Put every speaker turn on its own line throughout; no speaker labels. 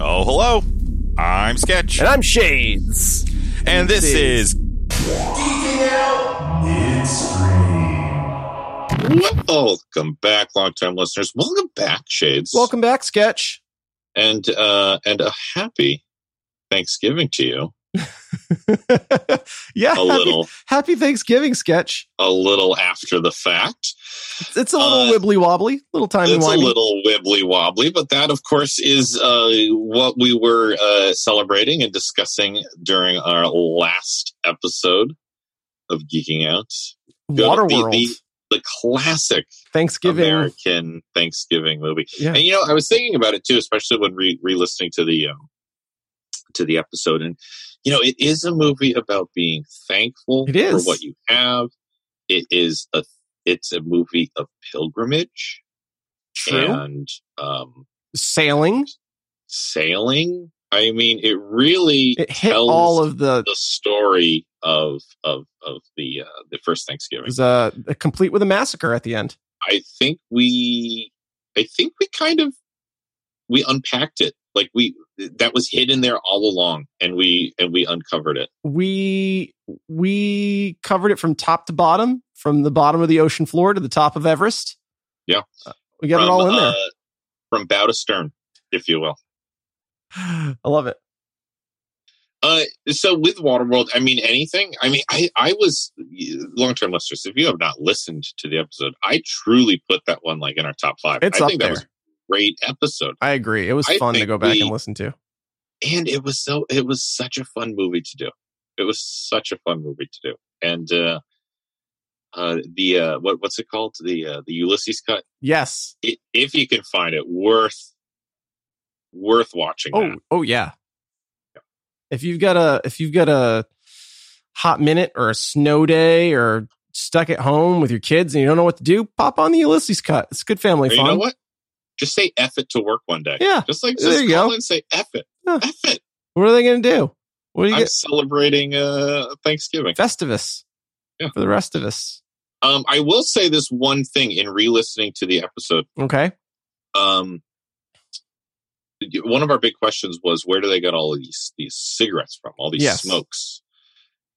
Oh, hello. I'm Sketch.
And I'm Shades.
And this is.
Welcome back, longtime listeners. Welcome back, Shades.
Welcome back, Sketch.
and uh, and a happy Thanksgiving to you.
yeah,
A
happy,
little,
happy Thanksgiving, Sketch.
a little after the fact.
It's a little
Uh,
wibbly wobbly, little timey
it's a
wimey.
little wibbly wobbly, but that, of course, is uh, what we were uh, celebrating and discussing during our last episode of Geeking Out.
Waterworld,
the- The classic
Thanksgiving.
American Thanksgiving movie.
Yeah.
And you know, I was thinking about it too, especially when re- re-listening to the um, to the episode. And you know, it is a movie about being thankful
It is.
for what you have. It is a it's a movie of pilgrimage
True.
and um,
Sailing.
sailing. I mean, it really
It hit
tells
all of the.
the story of of of the uh, the first Thanksgiving.
It was uh, complete with a massacre at the end.
I think we I think we kind of we unpacked it. Like we that was hidden there all along and we and we uncovered it.
we we covered it from top to bottom, from the bottom of the ocean floor to the top of Everest.
Yeah.
Uh, we got it all in there.
uh, from bow to stern, if you will.
I love it.
Uh, so with Waterworld, I mean anything. I mean, I I was long term listeners. If you have not listened to the episode, I truly put that one like in our top five.
It's
I
up
think
there.
that was a great episode,
I agree. It was
I
fun to
think
go back
we-
and listen to.
and it was so it was such a fun movie to do. It was such a fun movie to do, and uh, uh, the uh, what what's it called? The uh, the Ulysses cut.
Yes.
I if you can find it, worth worth watching.
Oh.
that.
Oh yeah. If you've got a if you've got a hot minute or a snow day or stuck at home with your kids and you don't know what to do, pop on the Ulysses cut. It's good family
Or you
fun.
know what? Just say F it to work one day.
Yeah.
Just like
There
just
you
call
go.
and say F it.
Yeah.
F it.
What are they going to do? What do you
I'm
get?
celebrating uh Thanksgiving.
Festivus
Yeah.
for the rest of us.
Um I will say this one thing in re-listening to the episode.
Okay.
Um one of our big questions was where do they get all of these these cigarettes from? All these
Yes.
smokes.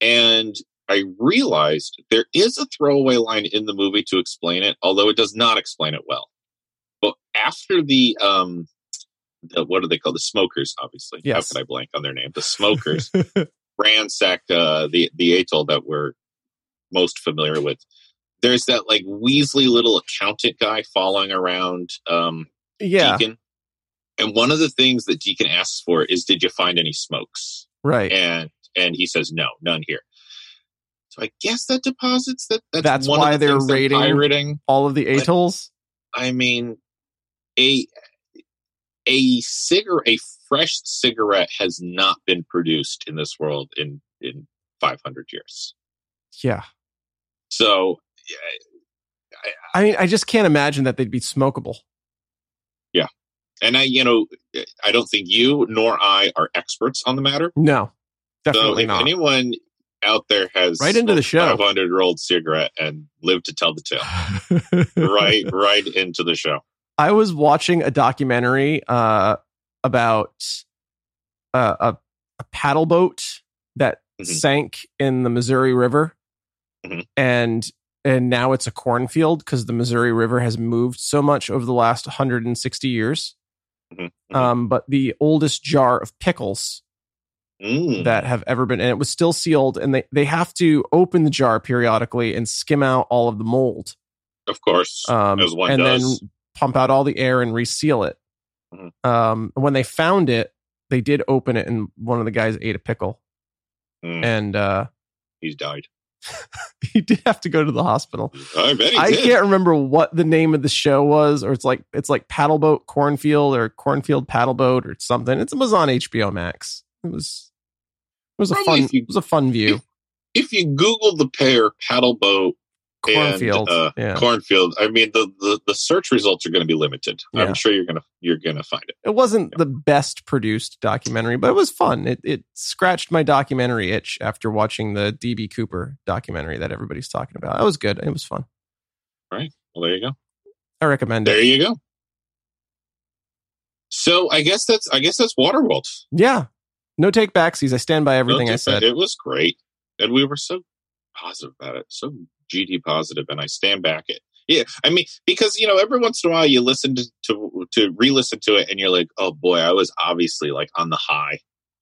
And I realized there is a throwaway line in the movie to explain it, although it does not explain it well. But after the um the, what do they call the smokers obviously how
Yes.
could i blank on their name the smokers ransacked uh, the the atoll that we're most familiar with. There's that like Weasley little accountant guy following around um,
yeah.
Deacon, and one of the things that Deacon asks for is, "Did you find any smokes?"
Right.
And and he says, "No, none here." So I guess that deposits that. That's,
That's
one
why
of the
they're
things
raiding-
pirating.
all of the
Like-
atolls.
I mean, a a cigarette, a fresh cigarette, has not been produced in this world in in 500 years.
Yeah.
So
I mean, I just can't imagine that they'd be smokable.
and I, you know, I don't think you nor I are experts on the matter.
No,
So
definitely
if
not.
anyone out there has
Right into the show.
500 year old cigarette and lived to tell the tale, right, right into the show.
I was watching a documentary uh, about uh, a, a paddle boat that
Mhm.
sank in the Missouri River,
Mhm.
and and now it's a cornfield because the Missouri River has moved so much over the last 160 years.
Mhm. Mhm.
Um, but the oldest jar of pickles
Mm.
that have ever been and it was still sealed and they, they have to open the jar periodically and skim out all of the mold
of course,
um,
as one
and
does.
then pump out all the air and reseal it
Mhm.
um, when they found it they did open it and one of the guys ate a pickle
Mm.
and uh,
He's died.
he did have to go to the hospital
I bet he
i
did.
can't remember what the name of the show was or it's like it's like paddle boat cornfield or cornfield paddle boat or something it was on hbo max it was it was a
Probably
fun
if you-
it was a fun view
If you Google the pair paddle boat and,
cornfield
uh,
yeah
cornfield, I mean the, the the search results are going to be limited.
Yeah.
I'm sure you're gonna you're gonna find it.
it wasn't the best produced documentary, but it was fun. It it scratched my documentary itch after watching the DB Cooper documentary that everybody's talking about. That was good. It was fun.
right. Well, there you go.
I recommend
There
it.
you go. So I guess that's I guess that's Waterworld.
Yeah. No take backsies. I stand by everything
Don't
I
think that-
said.
It was great. And we were so positive about it, so GD positive, and I stand back it. Yeah, I mean, because you know, every once in a while you listen to to, to re-listen to it, and you're like, "Oh boy, I was obviously like on the high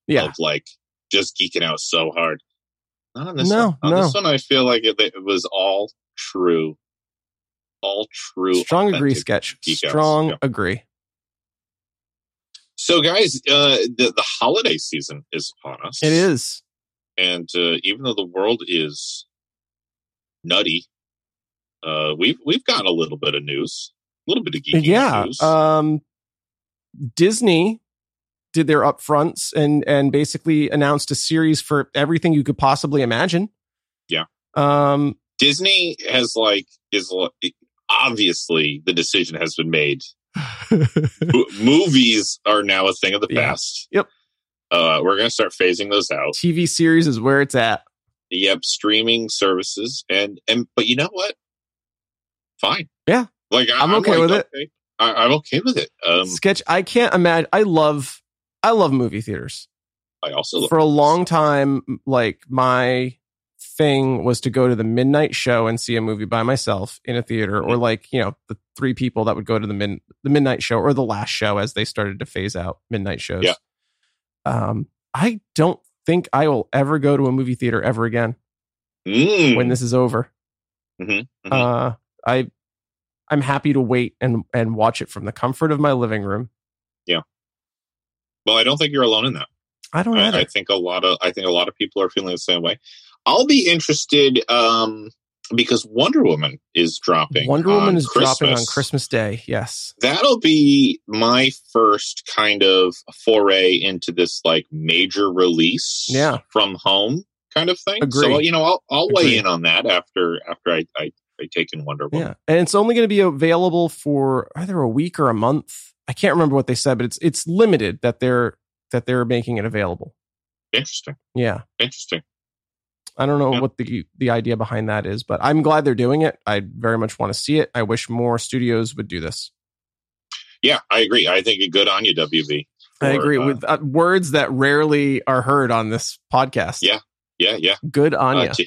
Yeah.
of like just geeking out so hard." Not on this
No,
one. On
no.
this one, I feel like it, it was all true, all true.
Strong agree
authentic
sketch.
geek outs.
Strong
Yeah.
agree.
So, guys, uh, the, the holiday season is upon us.
It is.
and uh, even though the world is nutty, uh, we've we've gotten a little bit of news, a little bit of geeky
yeah
news.
um disney did their upfronts and and basically announced a series for everything you could possibly imagine
Yeah.
um
Disney has like is lo- obviously the decision has been made. Mo- Movies are now a thing of the
Yeah.
past.
Yep.
Uh, we're going to start phasing those out.
tv series is where it's at
Yep, streaming services and and but you know what? Fine.
Yeah.
Like I,
I'm okay
like,
with it.
okay. I, I'm okay with it. Um,
sketch i can't imagine i love i love movie theaters
I also love
for a long time like my thing was to go to the midnight show and see a movie by myself in a theater
Mm-hmm.
or like you know the three people that would go to the min the midnight show or the last show as they started to phase out midnight shows
Yeah.
um i don't think i will ever go to a movie theater ever again
Mm.
when this is over
Mhm, mhm.
uh i i'm happy to wait and and watch it from the comfort of my living room
Well, I don't think you're alone in that.
i don't
I, I
either
think a lot of I think a lot of people are feeling the same way. I'll be interested um, because Wonder Woman is dropping.
wonder woman
on
is dropping on christmas day yes
That'll be my first kind of foray into this like major release,
Yeah.
from home kind of thing. So
Agree.
you know, I'll, I'll
Agree.
weigh in on that after after I I, I take in Wonder Woman.
Yeah, and it's only going to be available for either a week or a month. I can't remember what they said, but it's it's limited that they're that they're making it available.
Interesting,
Yeah,
interesting.
I don't know
Yeah.
what the the idea behind that is, but I'm glad they're doing it. I very much want to see it. I wish more studios would do this.
Yeah, I agree. I think good on you, WB.
I
Or,
agree
uh,
with uh, words that rarely are heard on this podcast.
Yeah. Yeah, yeah.
Good on
Uh,
ya.
to,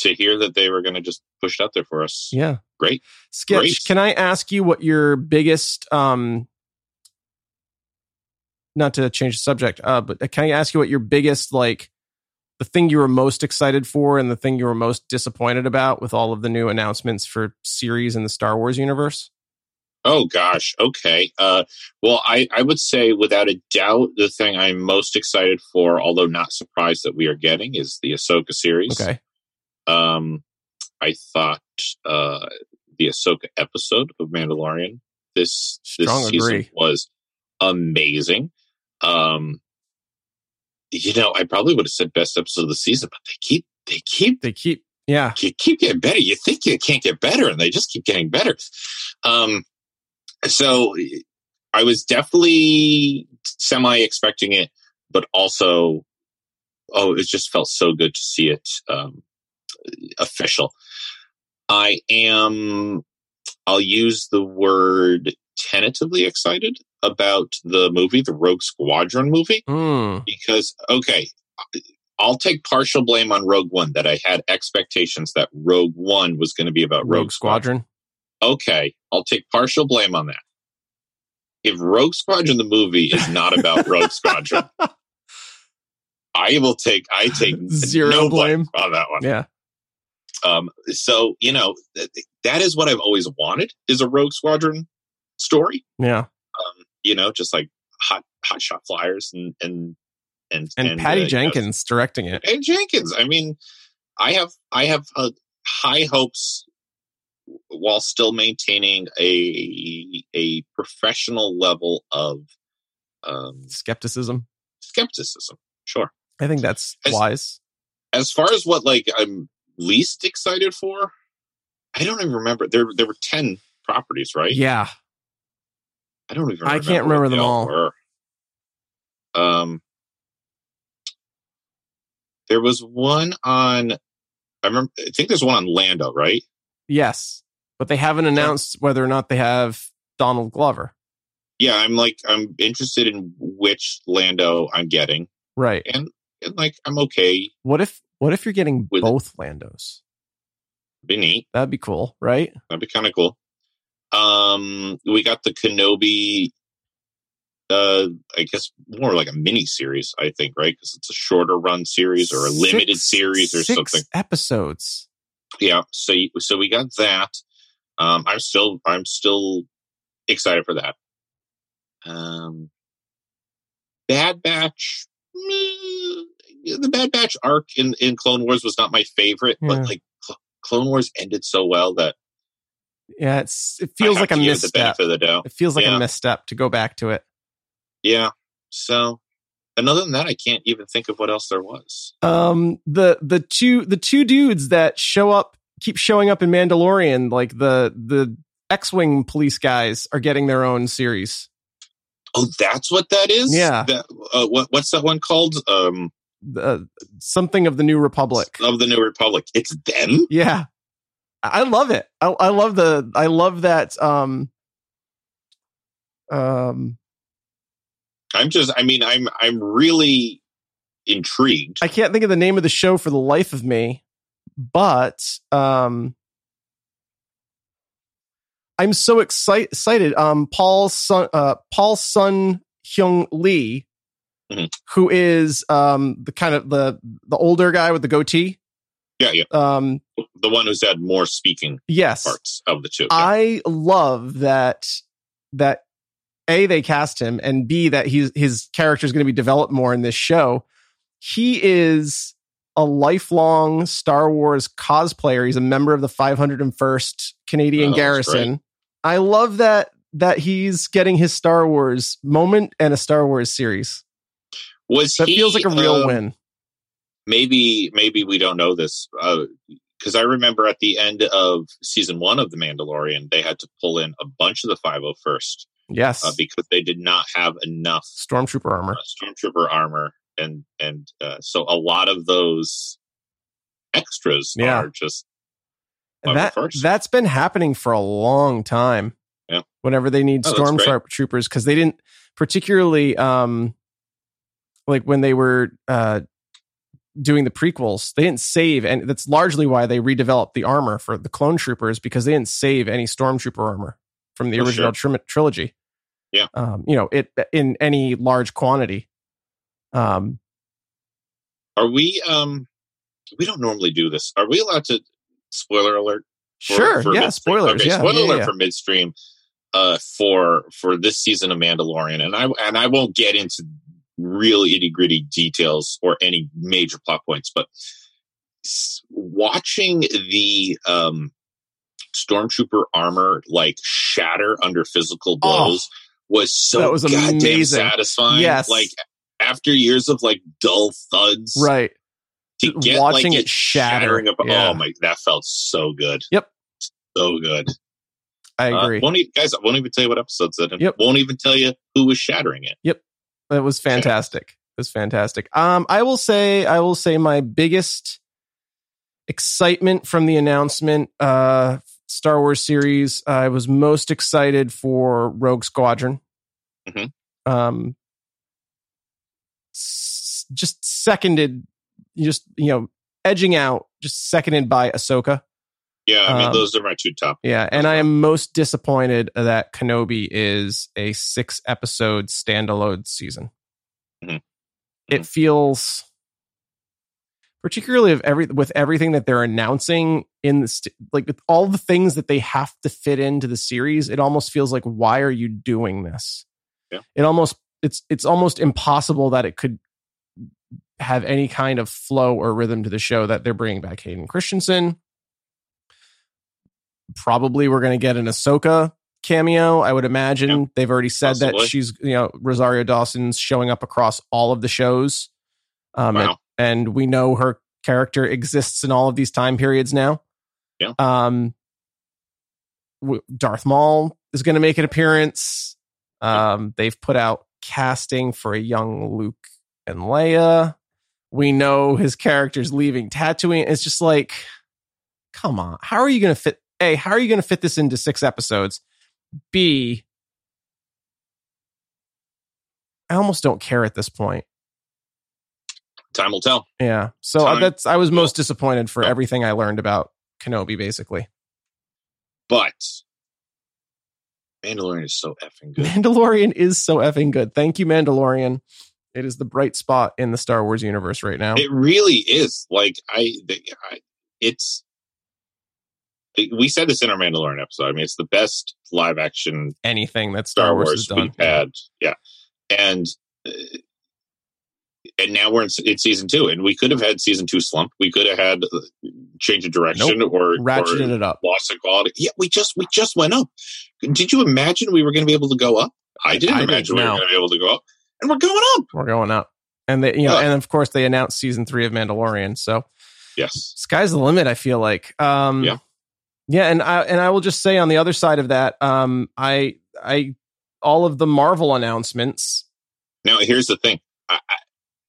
to hear that they were going to just push it out there for us.
Yeah.
Great.
Sketch,
Great.
can I ask you what your biggest um not to change the subject, uh, but can I ask you what your biggest like the thing you were most excited for and the thing you were most disappointed about with all of the new announcements for series in the Star Wars universe?
Oh gosh. Okay. Uh, well, I, I would say without a doubt, the thing I'm most excited for, although not surprised that we are getting, is the Ahsoka series.
Okay.
Um, I thought uh, the Ahsoka episode of Mandalorian this this
Strong
season
agree.
was amazing. Um, you know, I probably would have said best episode of the season, but they keep they keep
They keep yeah.
you keep getting better. You think you can't get better, and they just keep getting better. Um, so I was definitely semi expecting it, but also, oh, it just felt so good to see it um, official. I am, I'll use the word tentatively excited about the movie, the Rogue Squadron movie
Mm,
because okay i'll take partial blame on rogue one that i had expectations that rogue one was going to be about
Rogue,
rogue, squadron.
Squadron.
okay i'll take partial blame on that if rogue squadron the movie is not about rogue squadron i will take i take
Zero
no
blame.
on that one
Yeah.
um, so you know th- that is what i've always wanted is a rogue squadron story
Yeah.
um, you know just like hot hot shot flyers and and and,
And,
uh,
Patty
you know,
Jenkins directing it.
and Jenkins. I mean, I have I have uh, high hopes while still maintaining a a professional level of um,
Skepticism.
skepticism. Sure.
I think that's
As-
wise.
As far as what like I'm least excited for, I don't even remember. There there were ten properties, right?
Yeah.
I don't even.
I
Remember
can't
what
remember
they
them all.
were. Um, there was one on. I remember. I think there's one on Lando, right?
Yes. but they haven't announced whether or not they have Donald Glover.
Yeah, I'm like I'm interested in which Lando I'm getting,
Right.
and, and like I'm okay.
What if what if you're getting
With-
both Landos?
Be neat.
That'd be cool, right?
That'd be kind of cool. Um, we got the Kenobi. Uh, I guess more like a mini series, I think, right? Because it's a shorter run series or a limited
Six-
series or
six
something.
Episodes.
Yeah. So, you- so we got that. Um, I'm still, I'm still excited for that. Um, Bad Batch. meh, The Bad Batch arc in in Clone Wars was not my favorite,
Yeah.
but like Cl- Clone Wars ended so well that
Yeah, it's it
I
feels
have
like
to
a
give it the
misstep.
benefit of the doubt.
It feels like
Yeah.
a misstep to go back to it.
Yeah. So, and other than that, I can't even think of what else there was.
um the the two the two dudes that show up keep showing up in Mandalorian like the the X-wing police guys are getting their own series.
Oh, that's what that is.
Yeah.
That, uh, what, what's that one called? Um,
Uh, something of the New Republic.
of the New Republic. It's them.
Yeah. I I love it. I, I love the I love that um um
I'm just. I mean, I'm. I'm really intrigued.
I can't think of the name of the show for the life of me, but um, I'm so excite- excited. Um, Paul Sun, uh, Paul Sun Hyung Lee,
Mhm.
who is um the kind of the the older guy with the goatee.
Yeah, yeah.
Um,
The one who's had more speaking
yes,
parts of the two.
I love that that a they cast him and b that he's his character is going to be developed more in this show. He is a lifelong Star Wars cosplayer. He's a member of the 501st
Oh,
Canadian
that's
Garrison. I love that that he's getting his Star Wars moment and a Star Wars series.
was
That
he,
feels like a real
um,
win.
Maybe, maybe we don't know this because I remember at the end of season one of The Mandalorian, they had to pull in a bunch of the 501st
Yes.
uh, because they did not have enough
Stormtrooper armor.
uh, stormtrooper armor and and uh, so a lot of those extras
Yeah.
are just
And
Level
that
first.
that's been happening for a long time.
Yeah.
Whenever they need
Oh, that's great.
stormtroopers, because they didn't particularly um like when they were uh doing the prequels, they didn't save and that's largely why they redeveloped the armor for the clone troopers because they didn't save any stormtrooper armor from the
For
original trim- trilogy.
Yeah.
Um, you know, it in any large quantity. Um
are we um we don't normally do this are we allowed to spoiler alert for-
sure,
for
yeah,
midstream?
spoilers.
Okay,
yeah,
spoiler
yeah,
alert
yeah.
for midstream uh for for this season of mandalorian and i and i won't get into real itty gritty details or any major plot points but s- watching the um stormtrooper armor like shatter under physical
Oh,
blows was so
that was
goddamn
amazing.
satisfying
Yes.
like after years of like dull thuds
Oh, Right.
to
Just
get
watching
like
it shatter.
shattering up.
Yeah.
Oh my, that felt so good.
Yep.
so good.
I
Uh,
agree.
won't e- guys, I won't even tell you what episodes that.
Yep.
Won't even tell you who was shattering it.
That was fantastic. It was fantastic. Um, I will say, I will say, my biggest excitement from the announcement, uh, Star Wars series. I was most excited for Rogue Squadron.
Mhm.
Um, s- just seconded, just you know, edging out, just seconded by Ahsoka.
Yeah, I mean
Um,
those are my two top.
Yeah, and I am most disappointed that Kenobi is a six episode standalone season.
Mhm.
It feels, particularly of every with everything that they're announcing in the st- like with all the things that they have to fit into the series, it almost feels like why are you doing this?
Yeah.
It almost it's it's almost impossible that it could have any kind of flow or rhythm to the show that they're bringing back Hayden Christensen probably we're going to get an Ahsoka cameo. I would imagine
Yeah,
they've already said that
possibly.
she's, you know, Rosario Dawson's showing up across all of the shows. Um, and,
wow.
and we know her character exists in all of these time periods now.
Yeah.
Um, w- Darth Maul is going to make an appearance. Um, they've put out casting for a young Luke and Leia. We know his character's leaving Tatooine. It's just like, come on, how are you going to fit A, how are you going to fit this into six episodes? B, I almost don't care at this point.
Time will tell.
Yeah. So uh,
Time-
that's I was most disappointed for
Yeah.
everything I learned about Kenobi, basically.
But Mandalorian is so effing good.
Mandalorian is so effing good. Thank you, Mandalorian. It is the bright spot in the Star Wars universe right now.
It really is. Like I, the, I it's. it- we said this in our Mandalorian episode. I mean, it's the best live action
Anything that Star,
Star
Wars,
Wars
has done.
we've had. Yeah, and uh, and now we're in, se- in season two, and we could have had season two slump. We could have had uh, change of direction or
Ratcheted
or
it up.
loss of quality. Yeah, we just we just went up. Did you imagine we were going to be able to go up? I didn't
I didn't,
imagine we
no.
were going to be able to go up, and we're going up.
We're going up. And they, you know,
Yeah.
and of course they announced season three of Mandalorian. So
Yes.
sky's the limit i feel like um
Yeah.
yeah and i and i will just say on the other side of that um i i all of the marvel announcements
Now here's the thing. I, I,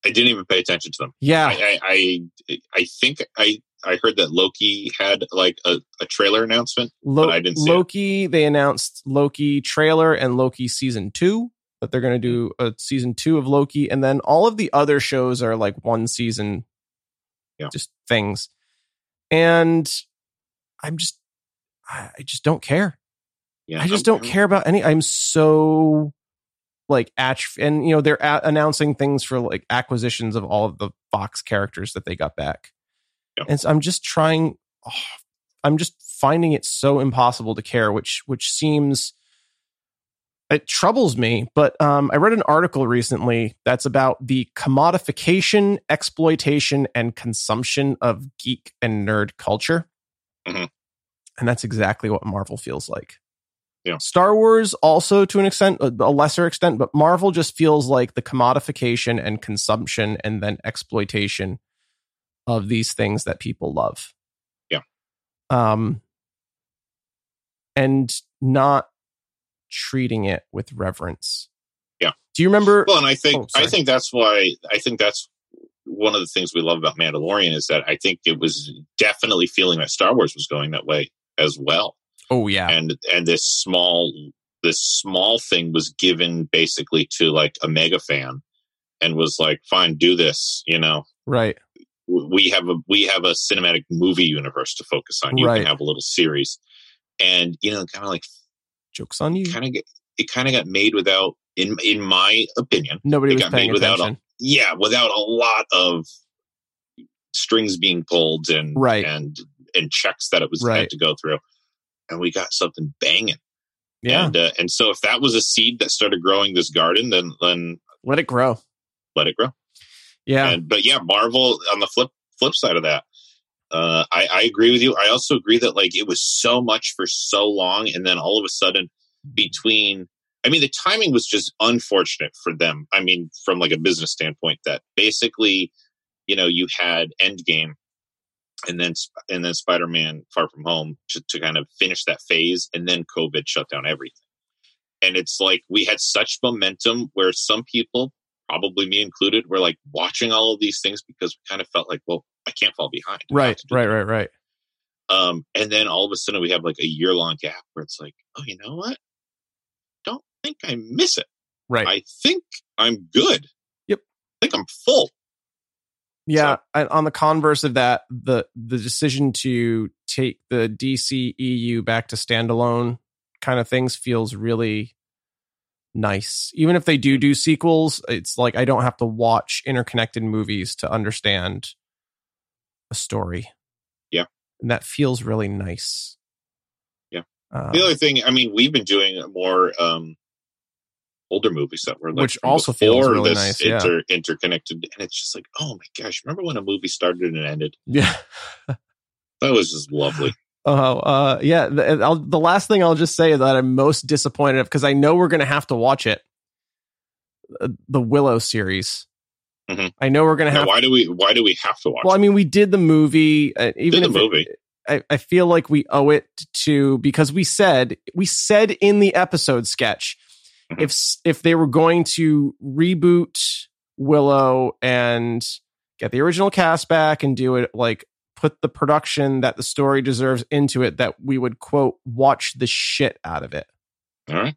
I didn't even pay attention to them.
yeah
I, I I I think I I heard that Loki had like a, a trailer announcement.
Lo-
but I didn't see it.
loki they announced loki trailer and loki season two that they're going to do
Mm-hmm.
a season two of loki and then all of the other shows are like one season
Yeah.
just things and i'm just i I just don't care
Yeah,
I just don't care about any. I'm so like atroph- and you know they're a- announcing things for like acquisitions of all of the Fox characters that they got back,
Yeah.
and so I'm just trying. oh, I'm just finding it so impossible to care, which which seems it troubles me. But um, I read an article recently that's about the commodification, exploitation, and consumption of geek and nerd culture,
Mhm.
and that's exactly what Marvel feels like.
Yeah.
Star Wars also to an extent, a a lesser extent, but Marvel just feels like the commodification and consumption and then exploitation of these things that people love.
Yeah.
Um and not treating it with reverence.
Yeah.
Do you remember
Well, and I think
Oh, sorry.
I think that's why I think that's one of the things we love about Mandalorian is that I think it was definitely feeling that Star Wars was going that way as well.
Oh yeah.
and and this small this small thing was given basically to like a mega fan and was like fine do this you know
Right.
W- we have a we have a cinematic movie universe to focus on you
Right.
can have a little series and you know kind of like
Jokes on you.
kind of it kind of got made without in in my opinion
Nobody
it
was
got
paying
made without
attention.
yeah without a lot of strings being pulled and
Right.
and and checks that it was
Right.
had to go through and we got something banging
yeah.
and uh, and so if that was a seed that started growing this garden, then then
Let it grow.
let it grow.
Yeah.
And but yeah, Marvel on the flip flip side of that, uh, I, I agree with you. I also agree that like it was so much for so long, and then all of a sudden between. I mean, the timing was just unfortunate for them. I mean, from like a business standpoint, that basically, you know, you had Endgame, and then Sp- and then Spider Man Far From Home to, to kind of finish that phase, and then COVID shut down everything. And it's like we had such momentum where some people, probably me included, were like watching all of these things because we kind of felt like, well, I can't fall behind. I have
right.
to do
Right. Right. Right.
um, and then all of a sudden we have like a year long gap where it's like, oh, you know what? Don't think I miss it.
Right.
I think I'm good.
Yep.
I think I'm full.
Yeah, and on the converse of that, the the decision to take the DC EU back to standalone kind of things feels really nice. Even if they do do sequels, it's like I don't have to watch interconnected movies to understand a story.
Yeah.
and that feels really nice.
Yeah.
Uh,
the other thing, I mean, we've been doing more um, older movies that were like
Which
from
also feels
before
really
this
nice, yeah.
inter- interconnected, and it's just like, oh my gosh, remember when a movie started and ended?
yeah.
That was just lovely.
Oh, uh, yeah. The, I'll, the last thing I'll just say that I'm most disappointed of because I know we're going to have to watch it. Uh, The Willow series.
Mhm.
I know we're going to
Now,
have.
why do we? Why do we have to watch?
well, I
it?
mean, we did the movie. Uh, even
Did the
if it-
movie?
I, I feel like we owe it to because we said we said in the episode sketch
Mhm.
if s- if they were going to reboot Willow and get the original cast back and do it like put the production that the story deserves into it that we would quote watch the shit out of it.
All right.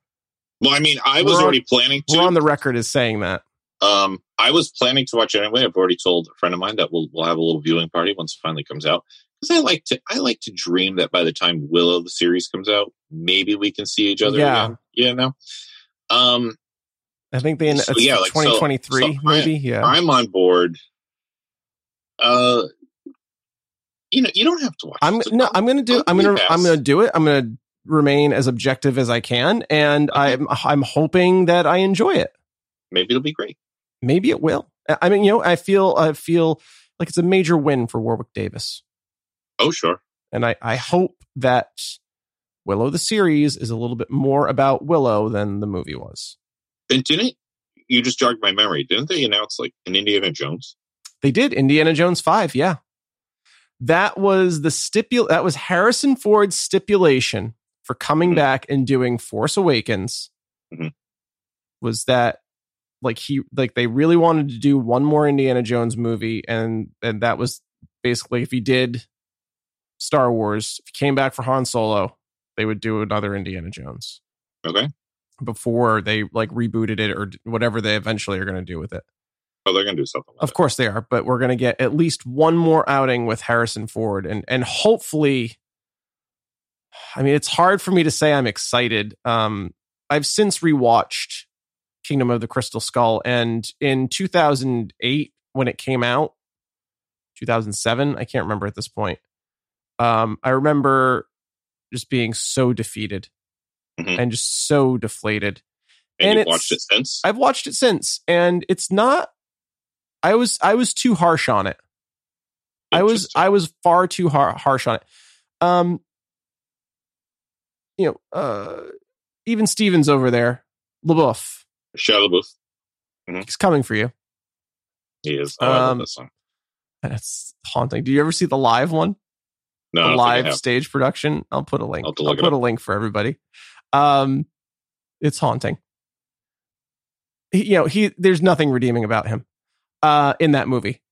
Well, I mean, I was
We're on-
already planning to.
We're on the record as saying that.
Um, I was planning to watch it anyway. I've already told a friend of mine that we'll we'll have a little viewing party once it finally comes out. Because I like to I like to dream that by the time Willow the series comes out, maybe we can see each other.
Yeah.
again, you know. Um,
I think they
So,
it's
yeah, like, so-
2023
so I-
maybe. Yeah.
I'm on board. Uh, you know, you don't have to watch.
I'm
it.
no, I'm gonna do.
Don't
I'm gonna.
leave
I'm
us.
gonna do it. I'm gonna remain as objective as I can, and I'm. I'm hoping that I enjoy it.
maybe it'll be great.
Maybe it will. I- I mean, you know, I feel. I feel like it's a major win for Warwick Davis,
Oh, sure.
and I. I hope that Willow the series is a little bit more about Willow than the movie was.
And didn't it- you just jogged my memory? Didn't they announce like an Indiana Jones?
They did Indiana Jones five. Yeah, that was the stipul. That was Harrison Ford's stipulation for coming
Mhm.
back and doing Force Awakens.
Mhm.
Was that like he like they really wanted to do one more Indiana Jones movie, and and that was basically if he did Star Wars, if he came back for Han Solo, they would do another Indiana Jones
Okay.
before they like rebooted it or d- whatever they eventually are going to do with it.
Oh, they're gonna do something. With
Of course they are, but we're going to get at least one more outing with Harrison Ford and and hopefully I mean it's hard for me to say I'm excited. Um I've since rewatched Kingdom of the Crystal Skull and in 2008 when it came out 2007, I can't remember at this point. Um I remember just being so defeated
Mhm.
and just so deflated.
it. And,
and
you've
it's-
watched it since.
I've watched it since, and it's not. I was I was too harsh on it. I was
Interesting.
I was far too har- harsh on it. Um, you know, uh, even Stevens over there, LaBeouf,
Shia LaBeouf.
he's coming for you.
He is. Oh, I love
Um,
this song.
That's haunting. Do you ever see the live one?
No, I
the
don't think I
live
have.
stage production. I'll put a link.
I'll have to
I'll,
look it
put a link for everybody. Um, it's haunting. He, you know, he there's nothing redeeming about him uh, in that movie.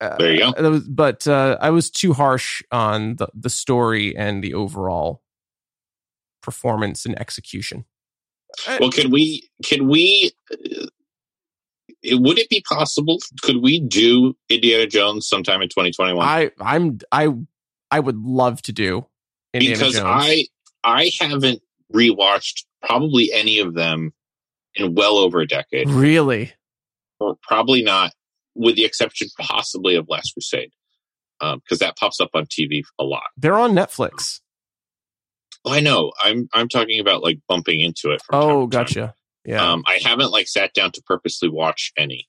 Uh,
There you go.
that was- but uh, I was too harsh on the the story and the overall performance and execution.
Well, could we? Could we? uh, it- would it be possible? Could we do Indiana Jones sometime in 2021?
I I'm I I would love to do Indiana
because
Jones.
I I haven't rewatched probably any of them in well over a
Hmm.
decade,
really
or probably not, with the exception possibly of Last Crusade, because that pops up on TV a lot.
they're on Netflix.
Oh, I know. I'm I'm talking about like bumping into it. From
Oh,
time to time.
gotcha. Yeah.
Um, I haven't like sat down to purposely watch any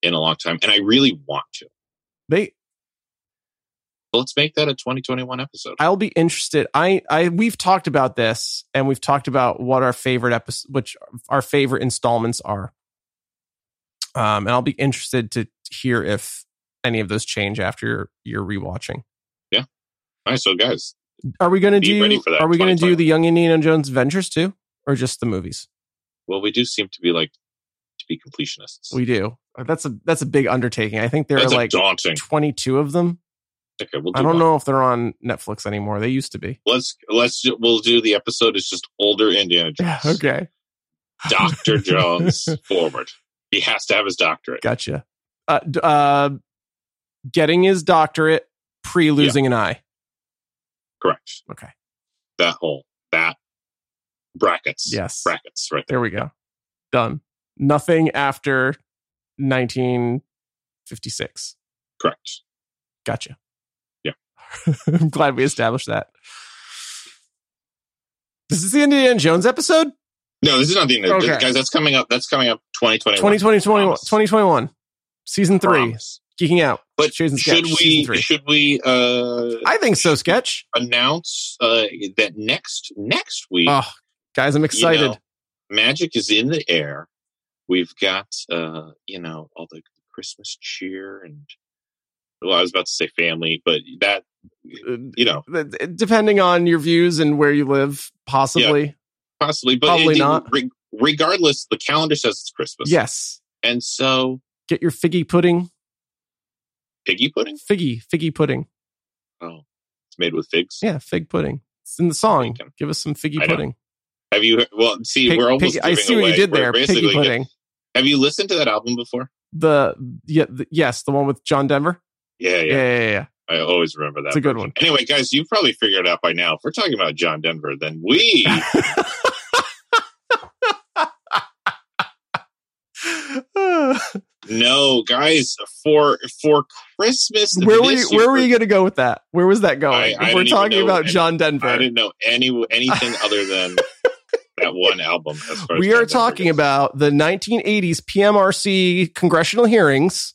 in a long time, and I really want to.
they
But let's make that a 2021 episode.
I'll be interested. I, I, we've talked about this, and we've talked about what our favorite episode, which our favorite installments are. Um, and I'll be interested to hear if any of those change after your your rewatching.
All right, so guys,
Are we going to
Be ready
do?
for that,
Are we going to
2021.
do the Young Indiana Jones Adventures too, or just the movies?
well, we do seem to be like to be completionists.
We do. That's a that's a big undertaking. I think there
That's
are
a
like
daunting.
twenty two of them.
Okay, we'll do
I don't
one.
know if they're on Netflix anymore. They used to be.
Let's let's do- we'll do the episode. It's just older Indiana
Yeah.
Jones.
Okay.
Doctor Jones forward. He has to have his doctorate.
Gotcha. Uh, d- uh, getting his doctorate pre losing an eye.
Correct.
Okay.
That whole that brackets.
Yes.
brackets right there.
There we go. Done. Nothing after 1956.
Correct.
Gotcha.
Yeah.
I'm glad we established that. This is the Indiana Jones episode?
No, this is not the end. of
Okay.
Guys, that's coming up. That's coming up 2021.
2020, 2021,
Promise.
2021, season three,
Promise.
geeking out.
But
Shoes and
should
Sketch,
we
season three.
should we uh,
I think so, Sketch.
announce uh, that next next week
Oh, guys, I'm excited.
know, magic is in the air. We've got uh, you know all the Christmas cheer and well, I was about to say family, but that you know
Uh, d- Depending on your views and where you live, possibly.
possibly, but
Probably
it-
not.
re- regardless, the calendar says it's Christmas.
Yes.
and so
Get your figgy pudding.
Piggy pudding?
Figgy, figgy pudding.
Oh, it's made with figs.
Yeah, fig pudding. It's in the song.
Pumpkin.
Give us some figgy
I know.
pudding.
Have you? Well, see,
Pig-
we're almost.
piggy- I
giving
see what you
away.
did
We're
there. Piggy
basically-
pudding.
Have you listened to that album before?
The, yeah, the yes, the one with John Denver.
Yeah, yeah.
Yeah, yeah, yeah. yeah.
I always remember that.
It's a good one.
Anyway, guys, you probably figured it out by now. If we're talking about John Denver, then we no guys for for Christmas.
where were you,
this
where were
year-
you going to go with that? Where was that
I- I
going? if
didn't
we're
even
talking
know
about
any-
John Denver,
I didn't know any anything other than that one album. As far as
we
John
are
Denver
talking
goes.
about the 1980s PMRC congressional hearings.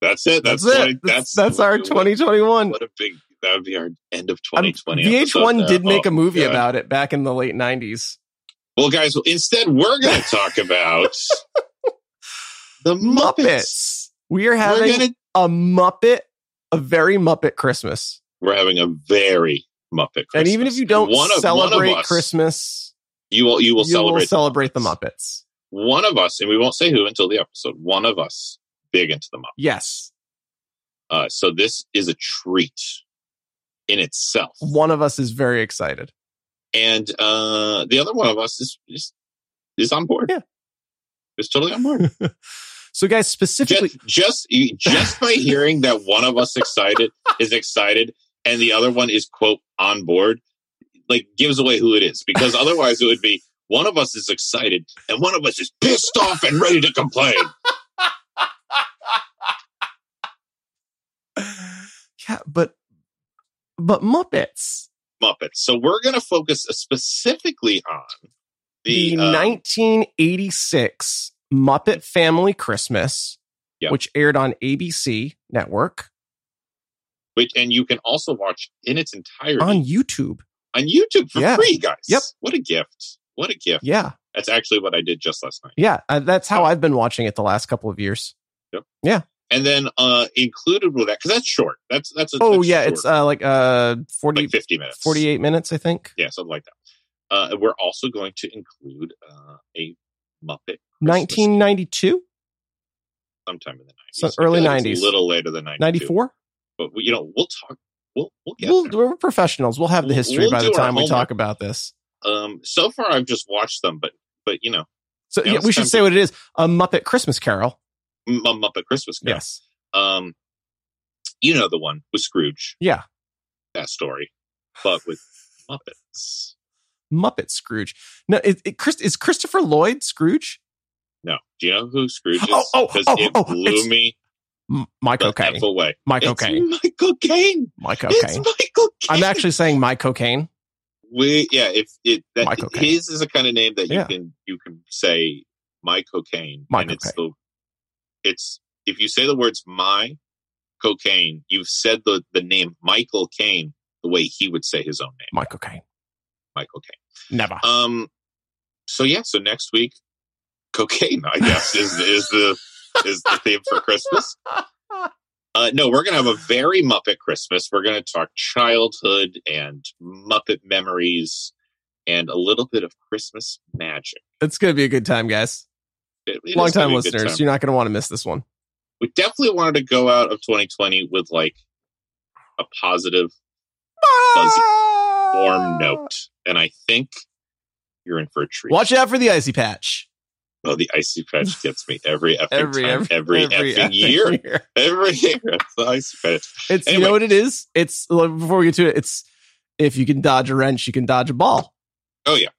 that's it.
That's,
That's
it. That's, that's our 2021.
What a big that would be our end of
I'm-
2020.
VH1
episode
did
there.
make
Oh,
a movie
God.
about it back in the late 90s.
Oh, Well, guys, instead we're going to talk about the
Muppets.
Muppets.
We are
We're
having
gonna
a Muppet, a very Muppet Christmas.
we're having a very Muppet. Christmas.
And even if you don't
of-
celebrate
us,
Christmas,
you will you will
you
celebrate
will celebrate the
Muppets.
Muppets.
One of us, and we won't say who until the episode. One of us big into the Muppets.
Yes.
Uh, so this is a treat in itself.
One of us is very excited.
and uh, the other one of us is is, is on board.
Yeah.
is totally on board.
So, guys, specifically,
Just just just by hearing that one of us excited is excited, and the other one is quote on board, like gives away who it is because otherwise it would be one of us is excited and one of us is pissed off and ready to complain.
yeah, but but Muppets,
Muppets. So we're going to focus specifically on
the,
the, uh,
1986 Muppet Family Christmas,
Yeah.
which aired on ABC Network
which, and you can also watch in its entirety
on
on,
YouTube.
YouTube for
Yeah.
free, guys.
Yep.
What a gift! What a gift!
Yeah,
That's actually what I did just last night.
yeah, uh, that's how I've been watching it the last couple of years.
and then uh included with that because that's short. That's that's a,
Oh
that's
yeah,
short,
it's uh, like uh 40,
like fifty minutes,
48 minutes, I think.
yeah, something like that. Uh, we're also going to include uh, a Muppet
1992,
sometime in the nineties,
So early 90s.
a little later than 94.
94.
But we, you know, we'll talk. We'll we'll get
We'll,
there.
we're professionals. We'll have the
We'll-
history
we'll
by the
do our
time we
homework.
talk about this.
Um, so far I've just watched them, but but you know,
So
Now
yeah,
it's
we should
time
say
to-
what it is: a Muppet Christmas Carol.
M- M- Muppet Christmas. Carol.
Yes,
Um, you know the one with Scrooge.
Yeah.
that story, but with Muppets.
Muppet Scrooge. No, it, it, Chris, is Christopher Lloyd Scrooge?
No, do you know who Scrooge is?
Oh, oh,
Because
oh,
it
oh,
blew
it's-
me
M- Mike
the
O'Kane.
F away.
Mike
It's
O'Kane.
Michael Caine.
Mike
It's
O'Kane.
Michael Caine.
I'm actually saying Mike O'Kane.
we yeah. If it that
Michael Caine.
his is a kind of name that you
Yeah.
can you can say my cocaine
My
and it's the it's if you say the words my cocaine you've said the the name Michael Caine the way he would say his own name
Mike O'Kane.
Michael Caine.
Never.
Um. So yeah. So next week, cocaine. I guess is is the is the theme for Christmas. Uh, no, we're going to have a very Muppet Christmas. We're going to talk childhood and Muppet memories and a little bit of Christmas magic.
It's going to be a good time, guys.
It- it is
Long time
gonna be a good
listeners,
time.
you're not going to want to miss this one.
We definitely wanted to go out of 2020 with like a positive
Ah.
warm note. And I think you're in for a treat.
Watch out for the icy patch.
Oh, the icy patch gets me every effing
Every
time, every, effing,
effing
year. Every year. It's the icy patch.
It's you
Anyway.
know what it is. It's like, before we get to it. It's if you can dodge a wrench, you can dodge a ball.
Oh, yeah.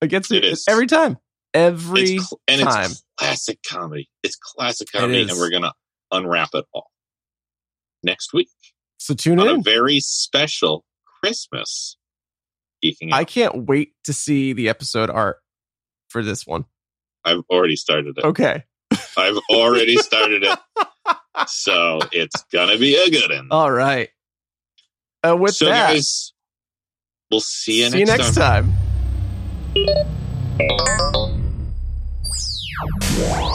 Against
It
it
is.
every time. Every
it's cl- and
time.
it's classic comedy. It's classic comedy,
is.
and we're gonna unwrap it all next week
So tune
on a
in.
very special Christmas. Geeking
I
out.
can't wait to see the episode art for this one.
I've already started it.
Okay.
I've already started it, so it's gonna be a good one.
All right. Uh, with
so,
that,
guys, we'll see you
see you
next
next
time.
time.
time.